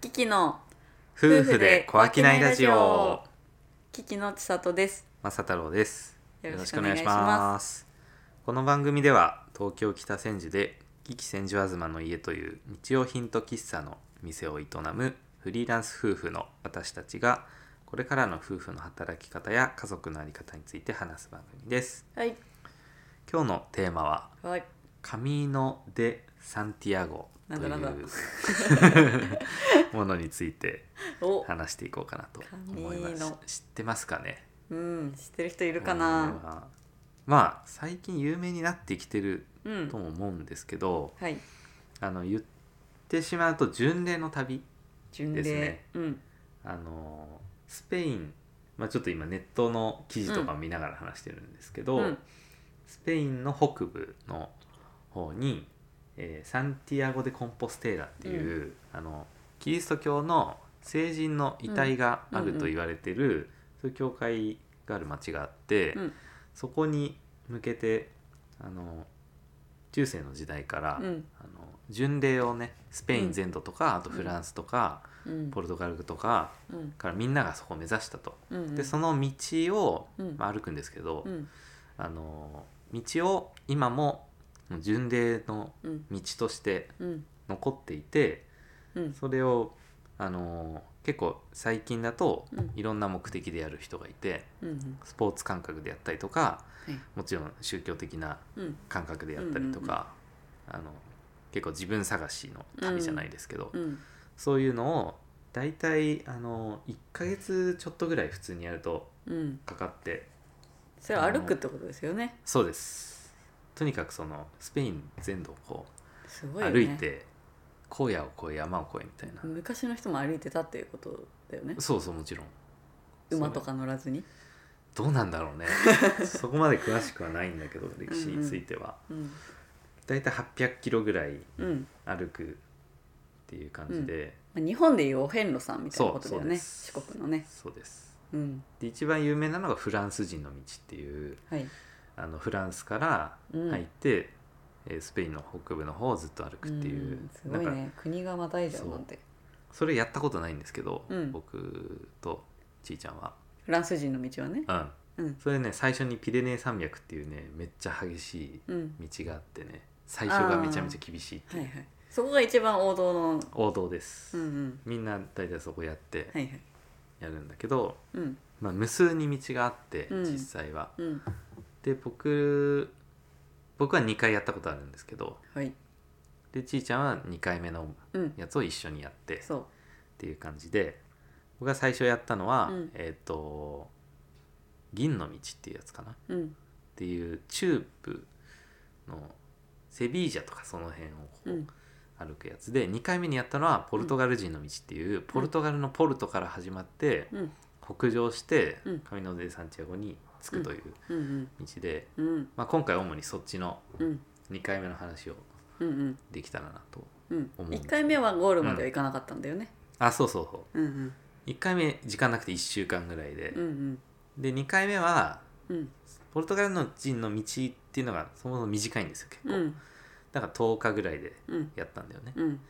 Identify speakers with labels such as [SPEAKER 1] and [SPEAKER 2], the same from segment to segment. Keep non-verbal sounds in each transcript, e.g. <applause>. [SPEAKER 1] キキの
[SPEAKER 2] 夫婦で小飽きないラジオ
[SPEAKER 1] キキの千里です
[SPEAKER 2] まさ太郎です
[SPEAKER 1] よろしくお願いします
[SPEAKER 2] この番組では東京北千住で「キキ千住東の家」という日用品と喫茶の店を営むフリーランス夫婦の私たちがこれからの夫婦の働き方や家族の在り方について話す番組です
[SPEAKER 1] はい
[SPEAKER 2] 今日のテーマは
[SPEAKER 1] はい
[SPEAKER 2] 「カミーノ・デ・サンティアゴ」とい
[SPEAKER 1] なんだなん <laughs>
[SPEAKER 2] うものについて
[SPEAKER 1] お
[SPEAKER 2] 話していこうかなと思いま
[SPEAKER 1] カミーノ
[SPEAKER 2] す知ってますかね
[SPEAKER 1] うん知ってる人いるか
[SPEAKER 2] うん
[SPEAKER 1] な
[SPEAKER 2] まあまあ最近有名になってきてる
[SPEAKER 1] うん
[SPEAKER 2] とも思うんですけど、
[SPEAKER 1] はい
[SPEAKER 2] あの言ってしまうと巡礼の旅
[SPEAKER 1] 巡
[SPEAKER 2] です
[SPEAKER 1] 礼
[SPEAKER 2] ね
[SPEAKER 1] うん
[SPEAKER 2] あのスペイン、まあ、ちょっと今ネットの記事とかを見ながら話してるんですけど、
[SPEAKER 1] うん
[SPEAKER 2] スペインの北部の方に、えーサンティアゴ・デ・コンポステーラっていう、あのキリスト教の聖人の遺体があると言われてる、そういう教会がある町があって、
[SPEAKER 1] うん
[SPEAKER 2] そこに向けてあの中世の時代から、
[SPEAKER 1] うん
[SPEAKER 2] あの巡礼をねスペイン全土とか、あとフランスとか、
[SPEAKER 1] うん
[SPEAKER 2] ポルトガルとか
[SPEAKER 1] うん
[SPEAKER 2] からみんながそこを目指したと。
[SPEAKER 1] うん
[SPEAKER 2] でその道を、
[SPEAKER 1] うん
[SPEAKER 2] まあ、歩くんですけど、
[SPEAKER 1] うん
[SPEAKER 2] あの道を今も巡礼の
[SPEAKER 1] うん
[SPEAKER 2] 道として
[SPEAKER 1] うん
[SPEAKER 2] 残っていて
[SPEAKER 1] うん
[SPEAKER 2] それをあの結構最近だと
[SPEAKER 1] うん
[SPEAKER 2] いろんな目的でやる人がいて
[SPEAKER 1] うん
[SPEAKER 2] スポーツ感覚でやったりとか
[SPEAKER 1] はい
[SPEAKER 2] もちろん宗教的な
[SPEAKER 1] うん
[SPEAKER 2] 感覚でやったりとか、あの結構自分探しの旅じゃないですけど、
[SPEAKER 1] うん
[SPEAKER 2] そういうのを大体あの1ヶ月ちょっとぐらい普通にやると
[SPEAKER 1] うん
[SPEAKER 2] かかって
[SPEAKER 1] それは歩くってことですよね
[SPEAKER 2] そうですとにかくそのスペイン全土をこ
[SPEAKER 1] す
[SPEAKER 2] う
[SPEAKER 1] ごいよ
[SPEAKER 2] 歩
[SPEAKER 1] ね
[SPEAKER 2] いて荒野を越え山を越えみたいな、
[SPEAKER 1] 昔の人も歩いてたっていうことだよね
[SPEAKER 2] そうそうもちろん
[SPEAKER 1] 馬とか乗らずに
[SPEAKER 2] どうなん
[SPEAKER 1] <laughs>
[SPEAKER 2] だろうねそこまで詳しくはないんだけど歴史については、
[SPEAKER 1] うん
[SPEAKER 2] 大体800キロぐらい
[SPEAKER 1] うん
[SPEAKER 2] 歩くっていう感じで、
[SPEAKER 1] まあ日本でいうお遍路さんみたいなことだよ
[SPEAKER 2] そうそうで
[SPEAKER 1] ね
[SPEAKER 2] す
[SPEAKER 1] 四国のね
[SPEAKER 2] そうです
[SPEAKER 1] うん
[SPEAKER 2] で一番有名なのがフランス人の道っていう
[SPEAKER 1] はい
[SPEAKER 2] あのフランスから
[SPEAKER 1] うん
[SPEAKER 2] 入って、えースペインの北部の方をずっと歩くっていう、
[SPEAKER 1] んすごい
[SPEAKER 2] なんか
[SPEAKER 1] ね国がまたいじゃうなんて
[SPEAKER 2] それやったことないんですけど、
[SPEAKER 1] うん
[SPEAKER 2] 僕とちいちゃんは、
[SPEAKER 1] フランス人の道はね
[SPEAKER 2] うん、
[SPEAKER 1] うん
[SPEAKER 2] それね最初にピレネー山脈っていうねめっちゃ激し
[SPEAKER 1] うん
[SPEAKER 2] い道があってね最初がめちゃめちゃ厳しいって
[SPEAKER 1] はいいうはいそこが一番王道の
[SPEAKER 2] 王道です、
[SPEAKER 1] うんうん
[SPEAKER 2] みんな大体そこやって
[SPEAKER 1] はいはい
[SPEAKER 2] やるんだけど、
[SPEAKER 1] うん
[SPEAKER 2] まあ、無数に道があって
[SPEAKER 1] うん
[SPEAKER 2] 実際は、
[SPEAKER 1] うん
[SPEAKER 2] で僕僕は2回やったことあるんですけど
[SPEAKER 1] はい
[SPEAKER 2] でちいちゃんは2回目の
[SPEAKER 1] うん
[SPEAKER 2] やつを一緒にやってっ
[SPEAKER 1] そ
[SPEAKER 2] ていう感じで僕が最初やったのは、
[SPEAKER 1] うん
[SPEAKER 2] えっ、と銀の道っていうやつかなっ
[SPEAKER 1] ううん
[SPEAKER 2] ていうチューブのセビージャとかその辺をこう
[SPEAKER 1] うん
[SPEAKER 2] 歩くやつで2回目にやったのはポルトガル人の道っていう、ポルトガルのポルトから始まって、
[SPEAKER 1] うん
[SPEAKER 2] 北上して
[SPEAKER 1] うん
[SPEAKER 2] カミノ・デ・サンティアゴに着くという
[SPEAKER 1] うん
[SPEAKER 2] 道で、
[SPEAKER 1] うんうん
[SPEAKER 2] まあ、今回主にそっちの
[SPEAKER 1] うん
[SPEAKER 2] 2回目の話を
[SPEAKER 1] うんうん
[SPEAKER 2] できたらなと
[SPEAKER 1] うん
[SPEAKER 2] 思うんです
[SPEAKER 1] 1回目はゴールまでは行かなかったんだよね
[SPEAKER 2] あそうそうそ
[SPEAKER 1] うんうん
[SPEAKER 2] う1回目時間なくて1週間ぐらいで
[SPEAKER 1] う、ん
[SPEAKER 2] で2回目は
[SPEAKER 1] うんうん
[SPEAKER 2] ポルトガルの人の道っていうのがそもそも短いんですよ結構、
[SPEAKER 1] うん
[SPEAKER 2] だから10日ぐらいで
[SPEAKER 1] うん
[SPEAKER 2] やったんだよね、
[SPEAKER 1] うん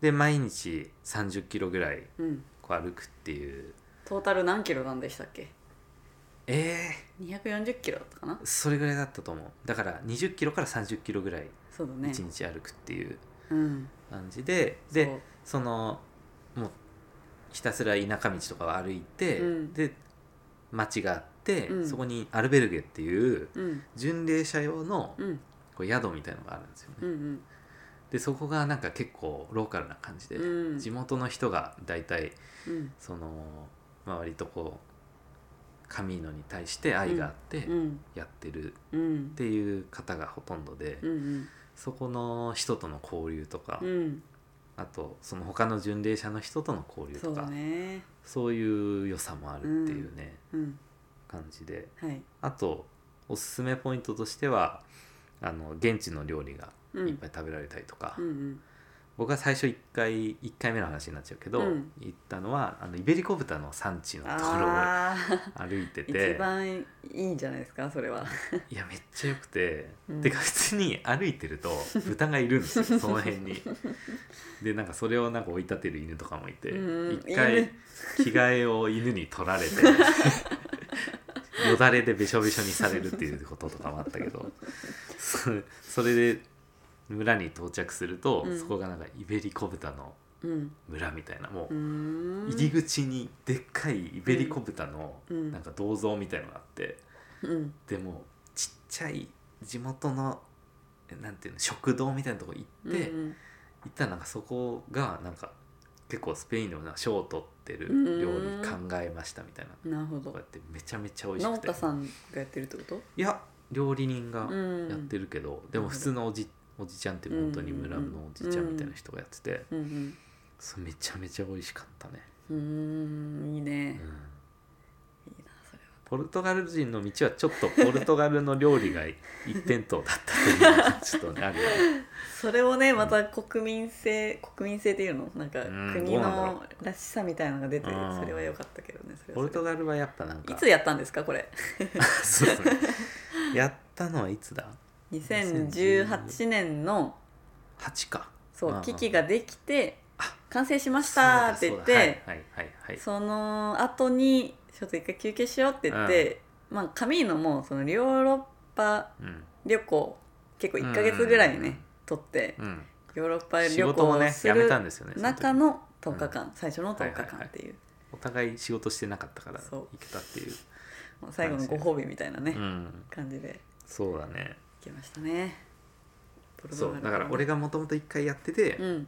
[SPEAKER 2] で毎日3 0キロぐらい
[SPEAKER 1] うん
[SPEAKER 2] こう歩くっていう
[SPEAKER 1] トータル何キロなんでしたっけ
[SPEAKER 2] えー、
[SPEAKER 1] 240キロだったかな
[SPEAKER 2] それぐらいだったと思うだから2 0キロから3 0キロぐらい
[SPEAKER 1] そうだね
[SPEAKER 2] 1日歩くっていう
[SPEAKER 1] うん
[SPEAKER 2] 感じで、でそのもうひたすら田舎道とかを歩いて、
[SPEAKER 1] うん
[SPEAKER 2] で町があって、
[SPEAKER 1] うん
[SPEAKER 2] そこにアルベルゲっていう
[SPEAKER 1] そううん
[SPEAKER 2] 巡礼者用の
[SPEAKER 1] うん
[SPEAKER 2] こう宿みたいのがあるんですよね、
[SPEAKER 1] うんうん
[SPEAKER 2] でそこがなんか結構ローカルな感じで、
[SPEAKER 1] うん
[SPEAKER 2] 地元の人が大体
[SPEAKER 1] うん
[SPEAKER 2] その、まあ、割とこうカミーノに対して愛があって
[SPEAKER 1] うん
[SPEAKER 2] やってる
[SPEAKER 1] うん
[SPEAKER 2] っていう方がほとんどで、
[SPEAKER 1] うん
[SPEAKER 2] そこの人との交流とか、
[SPEAKER 1] うん
[SPEAKER 2] あとその他の巡礼者の人との交流
[SPEAKER 1] そ
[SPEAKER 2] と
[SPEAKER 1] う
[SPEAKER 2] か
[SPEAKER 1] だ
[SPEAKER 2] そう,、
[SPEAKER 1] ね
[SPEAKER 2] いう良さもあるっていうね、
[SPEAKER 1] うん
[SPEAKER 2] 感じで
[SPEAKER 1] はい
[SPEAKER 2] あとおすすめポイントとしてはあの現地の料理が
[SPEAKER 1] うん
[SPEAKER 2] いっぱい食べられたりとか、
[SPEAKER 1] うん
[SPEAKER 2] 僕は最初1回1回目の話になっちゃうけど、
[SPEAKER 1] うん
[SPEAKER 2] 行ったのはあのイベリコ豚の産地のところを
[SPEAKER 1] あ
[SPEAKER 2] 歩いて
[SPEAKER 1] ー
[SPEAKER 2] て
[SPEAKER 1] 一番いいんじゃないですかそれは。
[SPEAKER 2] いやめっちゃよくて、
[SPEAKER 1] うん
[SPEAKER 2] てか普通に歩いてると豚がいるん
[SPEAKER 1] <laughs>
[SPEAKER 2] ですよその辺に。でなんかそれをなんか追い立てる犬とかもいて
[SPEAKER 1] うん
[SPEAKER 2] 一回
[SPEAKER 1] 犬
[SPEAKER 2] 着替えを犬に取られ
[SPEAKER 1] <laughs>
[SPEAKER 2] てよだれでべしょべしょにされるっていうこととかもあったけどそそれで村に到着すると、
[SPEAKER 1] うん
[SPEAKER 2] そこがなんかイベリコ豚の
[SPEAKER 1] うん。
[SPEAKER 2] 村みたいなも
[SPEAKER 1] うー。
[SPEAKER 2] うん入り口にでっかいイベリコ豚の
[SPEAKER 1] うん
[SPEAKER 2] なんか銅像みたいのがあって。
[SPEAKER 1] うん。
[SPEAKER 2] でもちっちゃい地元のえなんていうの食堂みたいなとこ行って、
[SPEAKER 1] う
[SPEAKER 2] 行
[SPEAKER 1] ん
[SPEAKER 2] ったらなんかそこがなんか結構スペインでもなんか賞を取ってる料理考えましたみたいな
[SPEAKER 1] うん、なるほ
[SPEAKER 2] とか
[SPEAKER 1] ど
[SPEAKER 2] や。ってめちゃめちゃ美味し
[SPEAKER 1] 農
[SPEAKER 2] くて
[SPEAKER 1] 家さんがやってるってこと？
[SPEAKER 2] いや料理人が
[SPEAKER 1] うん。
[SPEAKER 2] やってるけど、でも普通のおじおじちゃんっていう本当に村のおじちゃんみたいな人がやってて、
[SPEAKER 1] うん
[SPEAKER 2] それめちゃめちゃ美味しかったね、
[SPEAKER 1] うん。うーん。いいね。
[SPEAKER 2] うん
[SPEAKER 1] いいなそれは。
[SPEAKER 2] ポルトガル人の道はちょっとポルトガルの料理が一辺倒だったというのがちょっと
[SPEAKER 1] <laughs>
[SPEAKER 2] ねあるよね
[SPEAKER 1] それをねまた国民性国民性っていうのなんか
[SPEAKER 2] うん
[SPEAKER 1] 国
[SPEAKER 2] どうなんだろ
[SPEAKER 1] のらしさみたいなのが出てる
[SPEAKER 2] うん
[SPEAKER 1] それは良かったけどねそれ
[SPEAKER 2] ポ
[SPEAKER 1] は
[SPEAKER 2] ル
[SPEAKER 1] そ
[SPEAKER 2] ト
[SPEAKER 1] れ
[SPEAKER 2] ガルはやっぱなんか
[SPEAKER 1] いつやったんですかこれ
[SPEAKER 2] そうそうやったのはいつだ
[SPEAKER 1] 2018年の
[SPEAKER 2] 8か
[SPEAKER 1] そ
[SPEAKER 2] うんう
[SPEAKER 1] うん危機ができて
[SPEAKER 2] あ
[SPEAKER 1] 完成しましたって言っ
[SPEAKER 2] そうだ
[SPEAKER 1] て
[SPEAKER 2] そうだはいはいはい
[SPEAKER 1] その後にちょっと一回休憩しようって言ってまあカミーノもそのヨーロッパ
[SPEAKER 2] うん
[SPEAKER 1] 旅行結構1か月ぐらいね取って
[SPEAKER 2] うん
[SPEAKER 1] ヨーロッパ
[SPEAKER 2] 仕
[SPEAKER 1] 旅
[SPEAKER 2] 事
[SPEAKER 1] 行
[SPEAKER 2] も
[SPEAKER 1] を
[SPEAKER 2] ね
[SPEAKER 1] す
[SPEAKER 2] やめ
[SPEAKER 1] る
[SPEAKER 2] たんですよねそ時
[SPEAKER 1] 中の10日
[SPEAKER 2] う
[SPEAKER 1] 間最初の10日
[SPEAKER 2] はいはいは
[SPEAKER 1] 間
[SPEAKER 2] い
[SPEAKER 1] っていう
[SPEAKER 2] お互い仕事してなかったから
[SPEAKER 1] そ
[SPEAKER 2] 行
[SPEAKER 1] う
[SPEAKER 2] けたっていう
[SPEAKER 1] まあ最後のご褒美みたいなね、
[SPEAKER 2] うん
[SPEAKER 1] 感じで
[SPEAKER 2] そうだね
[SPEAKER 1] 行きましたね
[SPEAKER 2] そうだから俺
[SPEAKER 1] が
[SPEAKER 2] がもともと1回やってて
[SPEAKER 1] うん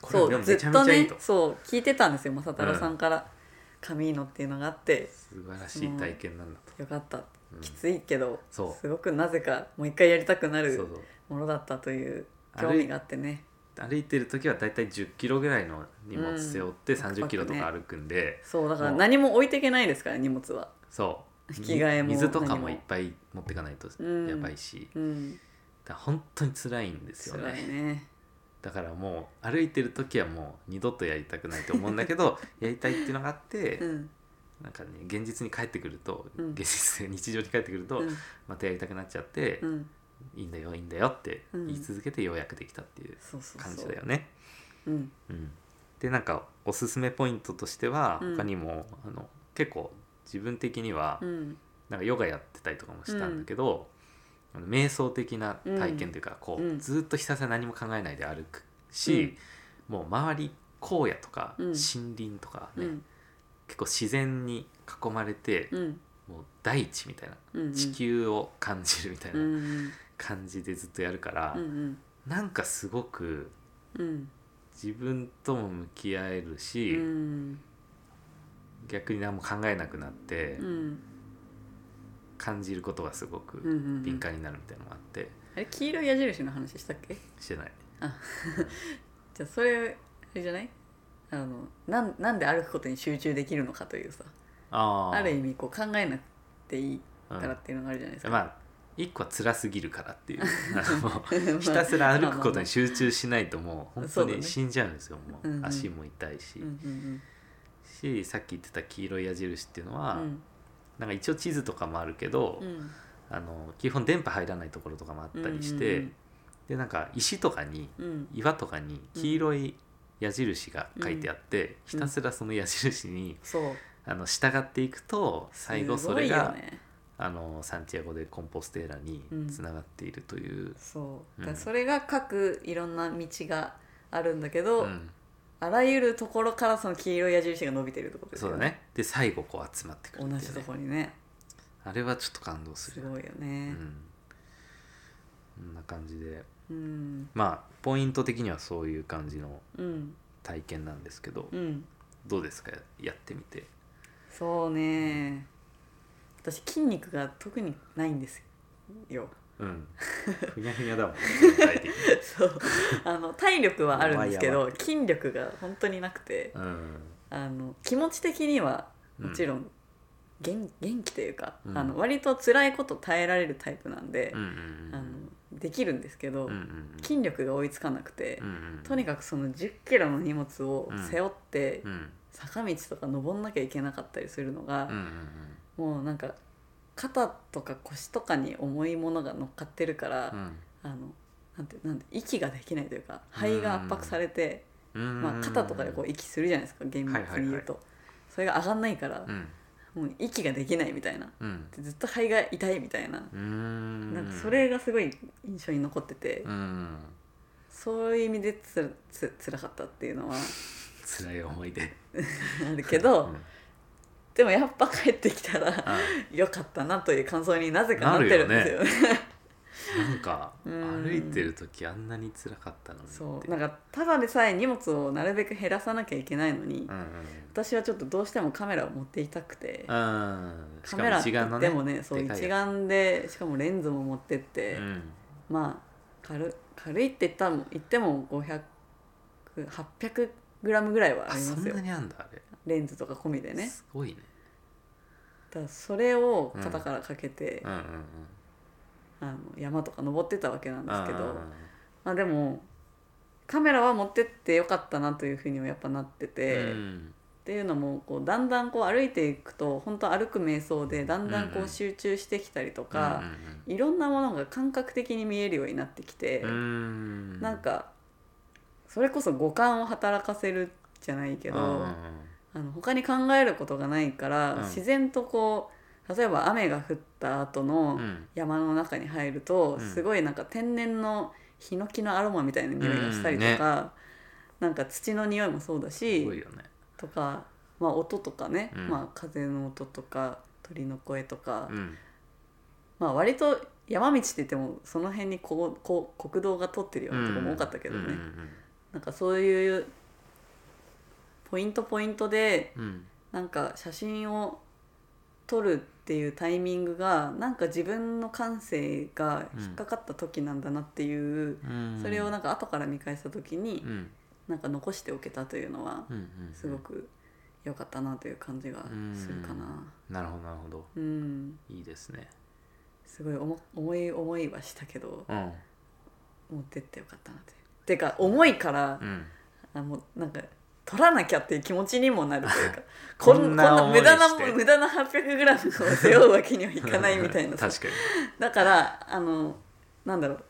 [SPEAKER 2] これ
[SPEAKER 1] そ
[SPEAKER 2] で
[SPEAKER 1] う
[SPEAKER 2] も
[SPEAKER 1] ず
[SPEAKER 2] め
[SPEAKER 1] っ
[SPEAKER 2] ちゃめ
[SPEAKER 1] と
[SPEAKER 2] ちゃいい
[SPEAKER 1] ね
[SPEAKER 2] と
[SPEAKER 1] そう聞いてたんですよ正太郎さんから「カミーノ」っていうのがあって
[SPEAKER 2] 素晴らしい体験なんだと
[SPEAKER 1] よかった
[SPEAKER 2] うん
[SPEAKER 1] き
[SPEAKER 2] そ
[SPEAKER 1] ついけど
[SPEAKER 2] そう
[SPEAKER 1] すごくなぜかもう一回やりたくな
[SPEAKER 2] うそ
[SPEAKER 1] る
[SPEAKER 2] う
[SPEAKER 1] ものだったという
[SPEAKER 2] あれ
[SPEAKER 1] 興味があってね
[SPEAKER 2] 歩いてる時はだいたい1 0キロぐらいの荷物背負って
[SPEAKER 1] うん
[SPEAKER 2] 3 0キロとか歩くんで
[SPEAKER 1] そうだから
[SPEAKER 2] もう
[SPEAKER 1] 何も置いていけないですから荷物は
[SPEAKER 2] そう
[SPEAKER 1] 着替えも
[SPEAKER 2] 水とか
[SPEAKER 1] 何
[SPEAKER 2] も
[SPEAKER 1] も
[SPEAKER 2] いっぱい持ってかないと
[SPEAKER 1] うん
[SPEAKER 2] やばいし、
[SPEAKER 1] うん
[SPEAKER 2] だから本当に辛いんですよ
[SPEAKER 1] 辛
[SPEAKER 2] ね
[SPEAKER 1] いね
[SPEAKER 2] だからもう歩いてる時はもう二度とやりたくないと思うんだけ
[SPEAKER 1] <laughs>
[SPEAKER 2] どやりたいっていうのがあって、
[SPEAKER 1] うん
[SPEAKER 2] なんかね現実に帰ってくると、
[SPEAKER 1] うん
[SPEAKER 2] 現実日常に帰ってくると、
[SPEAKER 1] うん
[SPEAKER 2] またやりたくなっちゃって、
[SPEAKER 1] うん
[SPEAKER 2] いいんだよいいんだよって
[SPEAKER 1] うん
[SPEAKER 2] 言い続けてようやくできたっていう
[SPEAKER 1] そうそう
[SPEAKER 2] 感
[SPEAKER 1] そう
[SPEAKER 2] じだよね。
[SPEAKER 1] うん
[SPEAKER 2] うん、でなんかおすすめポイントとしては
[SPEAKER 1] うん
[SPEAKER 2] 他にも、あの結構自分的には、
[SPEAKER 1] うん
[SPEAKER 2] なんかヨガやってたりとかもしたんだけど、あの瞑想的な体験というか、こ
[SPEAKER 1] う
[SPEAKER 2] うんずっとひたすら何も考えないで歩くし、もう周り荒野とか
[SPEAKER 1] うん
[SPEAKER 2] 森林とか
[SPEAKER 1] う
[SPEAKER 2] ね、
[SPEAKER 1] ん
[SPEAKER 2] 結構自然に囲まれて、
[SPEAKER 1] うん
[SPEAKER 2] もう大地みたいな
[SPEAKER 1] うん
[SPEAKER 2] 地球を感じるみたい
[SPEAKER 1] うん
[SPEAKER 2] な
[SPEAKER 1] うん
[SPEAKER 2] 感じでずっとやるから、
[SPEAKER 1] うんうん
[SPEAKER 2] なんかすごく
[SPEAKER 1] うん
[SPEAKER 2] 自分とも向き合える
[SPEAKER 1] う
[SPEAKER 2] し、
[SPEAKER 1] ん
[SPEAKER 2] 逆に何も考えなくなって
[SPEAKER 1] うん
[SPEAKER 2] 感じることがすご
[SPEAKER 1] うんう
[SPEAKER 2] く
[SPEAKER 1] ん
[SPEAKER 2] 敏感になるみたいなのがあって
[SPEAKER 1] あれ黄色い矢印の話したっけ
[SPEAKER 2] してない。
[SPEAKER 1] じゃあそれあれじゃないあのなんなんで歩くことに集中できるのかというさ
[SPEAKER 2] あ
[SPEAKER 1] あ
[SPEAKER 2] ー
[SPEAKER 1] る意味こう考えなくていい
[SPEAKER 2] うん
[SPEAKER 1] からっていうのがあるじゃないですか、
[SPEAKER 2] まあ一個は辛すぎるからっ
[SPEAKER 1] <laughs>
[SPEAKER 2] ていうあのもう
[SPEAKER 1] まあ
[SPEAKER 2] ひたすら歩くことに集中しないとも
[SPEAKER 1] <laughs>
[SPEAKER 2] う
[SPEAKER 1] まあまあ
[SPEAKER 2] 本当
[SPEAKER 1] そうだ
[SPEAKER 2] に
[SPEAKER 1] ね
[SPEAKER 2] 死んじゃうんですよもう、
[SPEAKER 1] うんうん
[SPEAKER 2] 足も痛いし、
[SPEAKER 1] うんうん
[SPEAKER 2] しさっき言ってた黄色い矢印っていうの
[SPEAKER 1] う
[SPEAKER 2] は、
[SPEAKER 1] ん
[SPEAKER 2] なんか一応地図とかもあるけど、
[SPEAKER 1] うん
[SPEAKER 2] あの基本電波入らないところとかもあったりして、でなんか石とかに
[SPEAKER 1] うんうん
[SPEAKER 2] 岩とかに黄色い矢印が書いてあって、ひたすらその矢印に
[SPEAKER 1] そう
[SPEAKER 2] あの従っていくと最後
[SPEAKER 1] す
[SPEAKER 2] そ
[SPEAKER 1] ごい
[SPEAKER 2] れ
[SPEAKER 1] よ
[SPEAKER 2] が、
[SPEAKER 1] ね、
[SPEAKER 2] あのサンティアゴ・でコンポステーラにつながっているという、
[SPEAKER 1] そう
[SPEAKER 2] うん
[SPEAKER 1] だからそれが各いろんな道があるんだけど、
[SPEAKER 2] うん
[SPEAKER 1] あらゆるところからその黄色い矢印が伸びてるってことです
[SPEAKER 2] そう
[SPEAKER 1] よ
[SPEAKER 2] だねで最後こう集まってくるっていう
[SPEAKER 1] 同
[SPEAKER 2] ね
[SPEAKER 1] じところにね
[SPEAKER 2] あれはちょっと感動す
[SPEAKER 1] す
[SPEAKER 2] る
[SPEAKER 1] ごいよ
[SPEAKER 2] う
[SPEAKER 1] ね
[SPEAKER 2] ん、こんな感じで
[SPEAKER 1] うん
[SPEAKER 2] まあポイント的にはそういう感じの
[SPEAKER 1] うん
[SPEAKER 2] 体験なんですけど、
[SPEAKER 1] うん
[SPEAKER 2] どうですかやってみて
[SPEAKER 1] そうね私筋肉が特にないんです
[SPEAKER 2] <laughs>
[SPEAKER 1] よ
[SPEAKER 2] うん
[SPEAKER 1] <laughs>
[SPEAKER 2] ふにゃふにゃだもん全体的に
[SPEAKER 1] そうあの体力はあるんですけ
[SPEAKER 2] やば
[SPEAKER 1] ど筋力が本当になくて
[SPEAKER 2] うん
[SPEAKER 1] あの気持ち的には
[SPEAKER 2] うん
[SPEAKER 1] もちろん元,、元気というか、
[SPEAKER 2] うん
[SPEAKER 1] あの割と辛いこと耐えられるタイプなんで
[SPEAKER 2] うんう、ん
[SPEAKER 1] あ
[SPEAKER 2] う
[SPEAKER 1] の
[SPEAKER 2] ん
[SPEAKER 1] できるんですけど、
[SPEAKER 2] うんうん
[SPEAKER 1] 筋力が追いつかなくて
[SPEAKER 2] う、んうんうん
[SPEAKER 1] とにかくその1 0キロの荷物を背負って、
[SPEAKER 2] うん
[SPEAKER 1] 坂道とか登んなきゃいけなかったりするのが
[SPEAKER 2] うんう、ん
[SPEAKER 1] もうなんか肩とか腰とかに重いものが乗っかってるから、
[SPEAKER 2] うん
[SPEAKER 1] あのなんてなんて息ができないというか肺が圧迫されて、
[SPEAKER 2] うん
[SPEAKER 1] まあ、肩とかでこう息するじゃないですか厳密に言うと、それが上がんないから
[SPEAKER 2] う、ん
[SPEAKER 1] もう息ができないみたいな
[SPEAKER 2] うん
[SPEAKER 1] ずっと肺が痛いみたいな,、
[SPEAKER 2] うん
[SPEAKER 1] なんかそれがすごい印象に残ってて、
[SPEAKER 2] うん
[SPEAKER 1] そういう意味でつらつ辛かったっていう
[SPEAKER 2] <laughs>
[SPEAKER 1] のは
[SPEAKER 2] 辛い思い出
[SPEAKER 1] あるけど、
[SPEAKER 2] うん
[SPEAKER 1] でもやっぱ帰ってきたら
[SPEAKER 2] あ
[SPEAKER 1] 良かったなという感想になぜかなってるんですよね。
[SPEAKER 2] なんか
[SPEAKER 1] うん
[SPEAKER 2] 歩いてる時あんなに辛かったのにって
[SPEAKER 1] そうなんかただでさえ荷物をなるべく減らさなきゃいけないのに、
[SPEAKER 2] うんうん
[SPEAKER 1] 私はちょっとどうしてもカメラを持っていたくて、
[SPEAKER 2] うん
[SPEAKER 1] カ
[SPEAKER 2] しか
[SPEAKER 1] メ
[SPEAKER 2] も
[SPEAKER 1] ラって
[SPEAKER 2] 一
[SPEAKER 1] 言
[SPEAKER 2] 眼の
[SPEAKER 1] っ
[SPEAKER 2] ね
[SPEAKER 1] てもねそう
[SPEAKER 2] でかいやつ
[SPEAKER 1] 一眼でしかもレンズも持ってっ
[SPEAKER 2] う
[SPEAKER 1] て、
[SPEAKER 2] ん
[SPEAKER 1] まあ軽軽いって言ったも言っても500800グラムぐらいはあ
[SPEAKER 2] あ
[SPEAKER 1] り
[SPEAKER 2] そ
[SPEAKER 1] ま
[SPEAKER 2] ん
[SPEAKER 1] すよ
[SPEAKER 2] なにあんだあれ
[SPEAKER 1] レンズとか込みでね
[SPEAKER 2] すごいね
[SPEAKER 1] だからそれを肩からかけて、
[SPEAKER 2] うんうんうん
[SPEAKER 1] あの山とか登ってたわけなんですけど、
[SPEAKER 2] うんうん
[SPEAKER 1] まあでもカメラは持ってってよかったなというふうにはやっぱなってて。
[SPEAKER 2] うん
[SPEAKER 1] っていうのもこうだんだんこう歩いていくと本当歩く瞑想でだんだんこ
[SPEAKER 2] うんう
[SPEAKER 1] うん集中してきたりとか、
[SPEAKER 2] うん
[SPEAKER 1] いろんなものが感覚的に見えるようになってきて、
[SPEAKER 2] うんうん
[SPEAKER 1] なんかそれこそ五感を働かせるじゃないけど、
[SPEAKER 2] うんうん
[SPEAKER 1] あの他に考えることがないから、
[SPEAKER 2] うん
[SPEAKER 1] 自然とこう例えば雨が降った後の
[SPEAKER 2] うん
[SPEAKER 1] 山の中に入ると、
[SPEAKER 2] うん
[SPEAKER 1] すごいなんか天然のヒノキのアロマみたいな匂いがしたりとか、
[SPEAKER 2] うんね
[SPEAKER 1] なんか土の匂いもそうだ
[SPEAKER 2] す
[SPEAKER 1] し
[SPEAKER 2] ごいよね
[SPEAKER 1] とか、まあ、音とかね、
[SPEAKER 2] うん
[SPEAKER 1] まあ、風の音とか鳥の声とか、
[SPEAKER 2] うん
[SPEAKER 1] まあ、割と山道って言ってもその辺にこうこう国道が通ってるようなとこも多かったけどね、
[SPEAKER 2] うんうん
[SPEAKER 1] なんかそういうポイントポイントで
[SPEAKER 2] うんうん
[SPEAKER 1] なんか写真を撮るっていうタイミングがなんか自分の感性が引っかかった時なんだなっていう、
[SPEAKER 2] うん
[SPEAKER 1] それをなんか後から見返した時に、
[SPEAKER 2] うん
[SPEAKER 1] なんか残しておけたというのは、
[SPEAKER 2] うんうんうん
[SPEAKER 1] すごく良かったなという感じがするかな。
[SPEAKER 2] なるほどなるほど
[SPEAKER 1] うん、
[SPEAKER 2] いいですね
[SPEAKER 1] すごい重重い思いはしたけど
[SPEAKER 2] うん
[SPEAKER 1] 持ってってよかったなという。てか重いから、
[SPEAKER 2] うん
[SPEAKER 1] あもうなんか取らなきゃっていう気持ちにもなるというか
[SPEAKER 2] こ
[SPEAKER 1] こ
[SPEAKER 2] ん
[SPEAKER 1] ん
[SPEAKER 2] な
[SPEAKER 1] な
[SPEAKER 2] 思い
[SPEAKER 1] 無駄な
[SPEAKER 2] して
[SPEAKER 1] 無駄な 800g を背負うわけにはいかないみたいな
[SPEAKER 2] <laughs> 確かに
[SPEAKER 1] だからあのなんだろう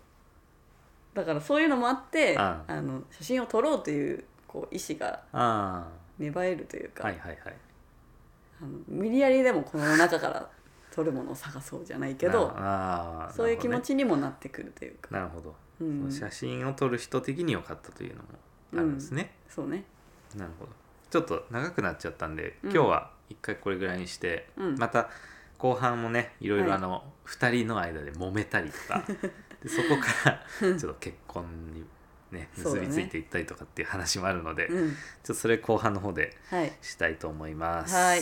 [SPEAKER 1] だからそういうのもあって、
[SPEAKER 2] うん
[SPEAKER 1] あの写真を撮ろうというこう意志が
[SPEAKER 2] あ
[SPEAKER 1] 芽生えるという
[SPEAKER 2] あ
[SPEAKER 1] か、
[SPEAKER 2] はいはいはい
[SPEAKER 1] あの無理やりでもこの中から取るものを探そうじゃないけど
[SPEAKER 2] ああ
[SPEAKER 1] そういう気持
[SPEAKER 2] なるほどね
[SPEAKER 1] ちにもなってくるというか、
[SPEAKER 2] なるほど
[SPEAKER 1] う
[SPEAKER 2] その
[SPEAKER 1] ん、
[SPEAKER 2] 写真を撮る人的に良かったというのもあるんですね
[SPEAKER 1] そうね、
[SPEAKER 2] なるほどちょっと長くなっちゃったんで
[SPEAKER 1] うん
[SPEAKER 2] 今日は一回これぐらいにして
[SPEAKER 1] うん
[SPEAKER 2] また後半もねいろい
[SPEAKER 1] は
[SPEAKER 2] ろ
[SPEAKER 1] い
[SPEAKER 2] あの2人の間で揉めたりと
[SPEAKER 1] <laughs>
[SPEAKER 2] かでそこから <laughs> ちょっと結婚にね
[SPEAKER 1] そう
[SPEAKER 2] 結
[SPEAKER 1] だ
[SPEAKER 2] び
[SPEAKER 1] ね
[SPEAKER 2] ついていったりとかっていう話もあるのでちょっ
[SPEAKER 1] うん、
[SPEAKER 2] とそれ後半の方で
[SPEAKER 1] はい
[SPEAKER 2] したいと思います。
[SPEAKER 1] はい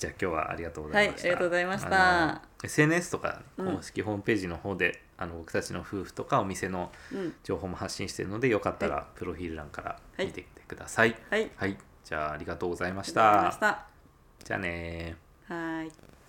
[SPEAKER 2] じゃあ今日はありがとうございました。
[SPEAKER 1] はいありがとうございました
[SPEAKER 2] あの SNS とか
[SPEAKER 1] うん
[SPEAKER 2] 公式ホームページの方で、あの僕たちの夫婦とかお店の
[SPEAKER 1] うん
[SPEAKER 2] 情報も発信しているのでよかったら、
[SPEAKER 1] は
[SPEAKER 2] プロフィール欄から
[SPEAKER 1] はい
[SPEAKER 2] 見てみてください。
[SPEAKER 1] はいあり
[SPEAKER 2] はい、じゃあありがとうございまし
[SPEAKER 1] がとうござい
[SPEAKER 2] た。
[SPEAKER 1] ました
[SPEAKER 2] じゃあねー。
[SPEAKER 1] はい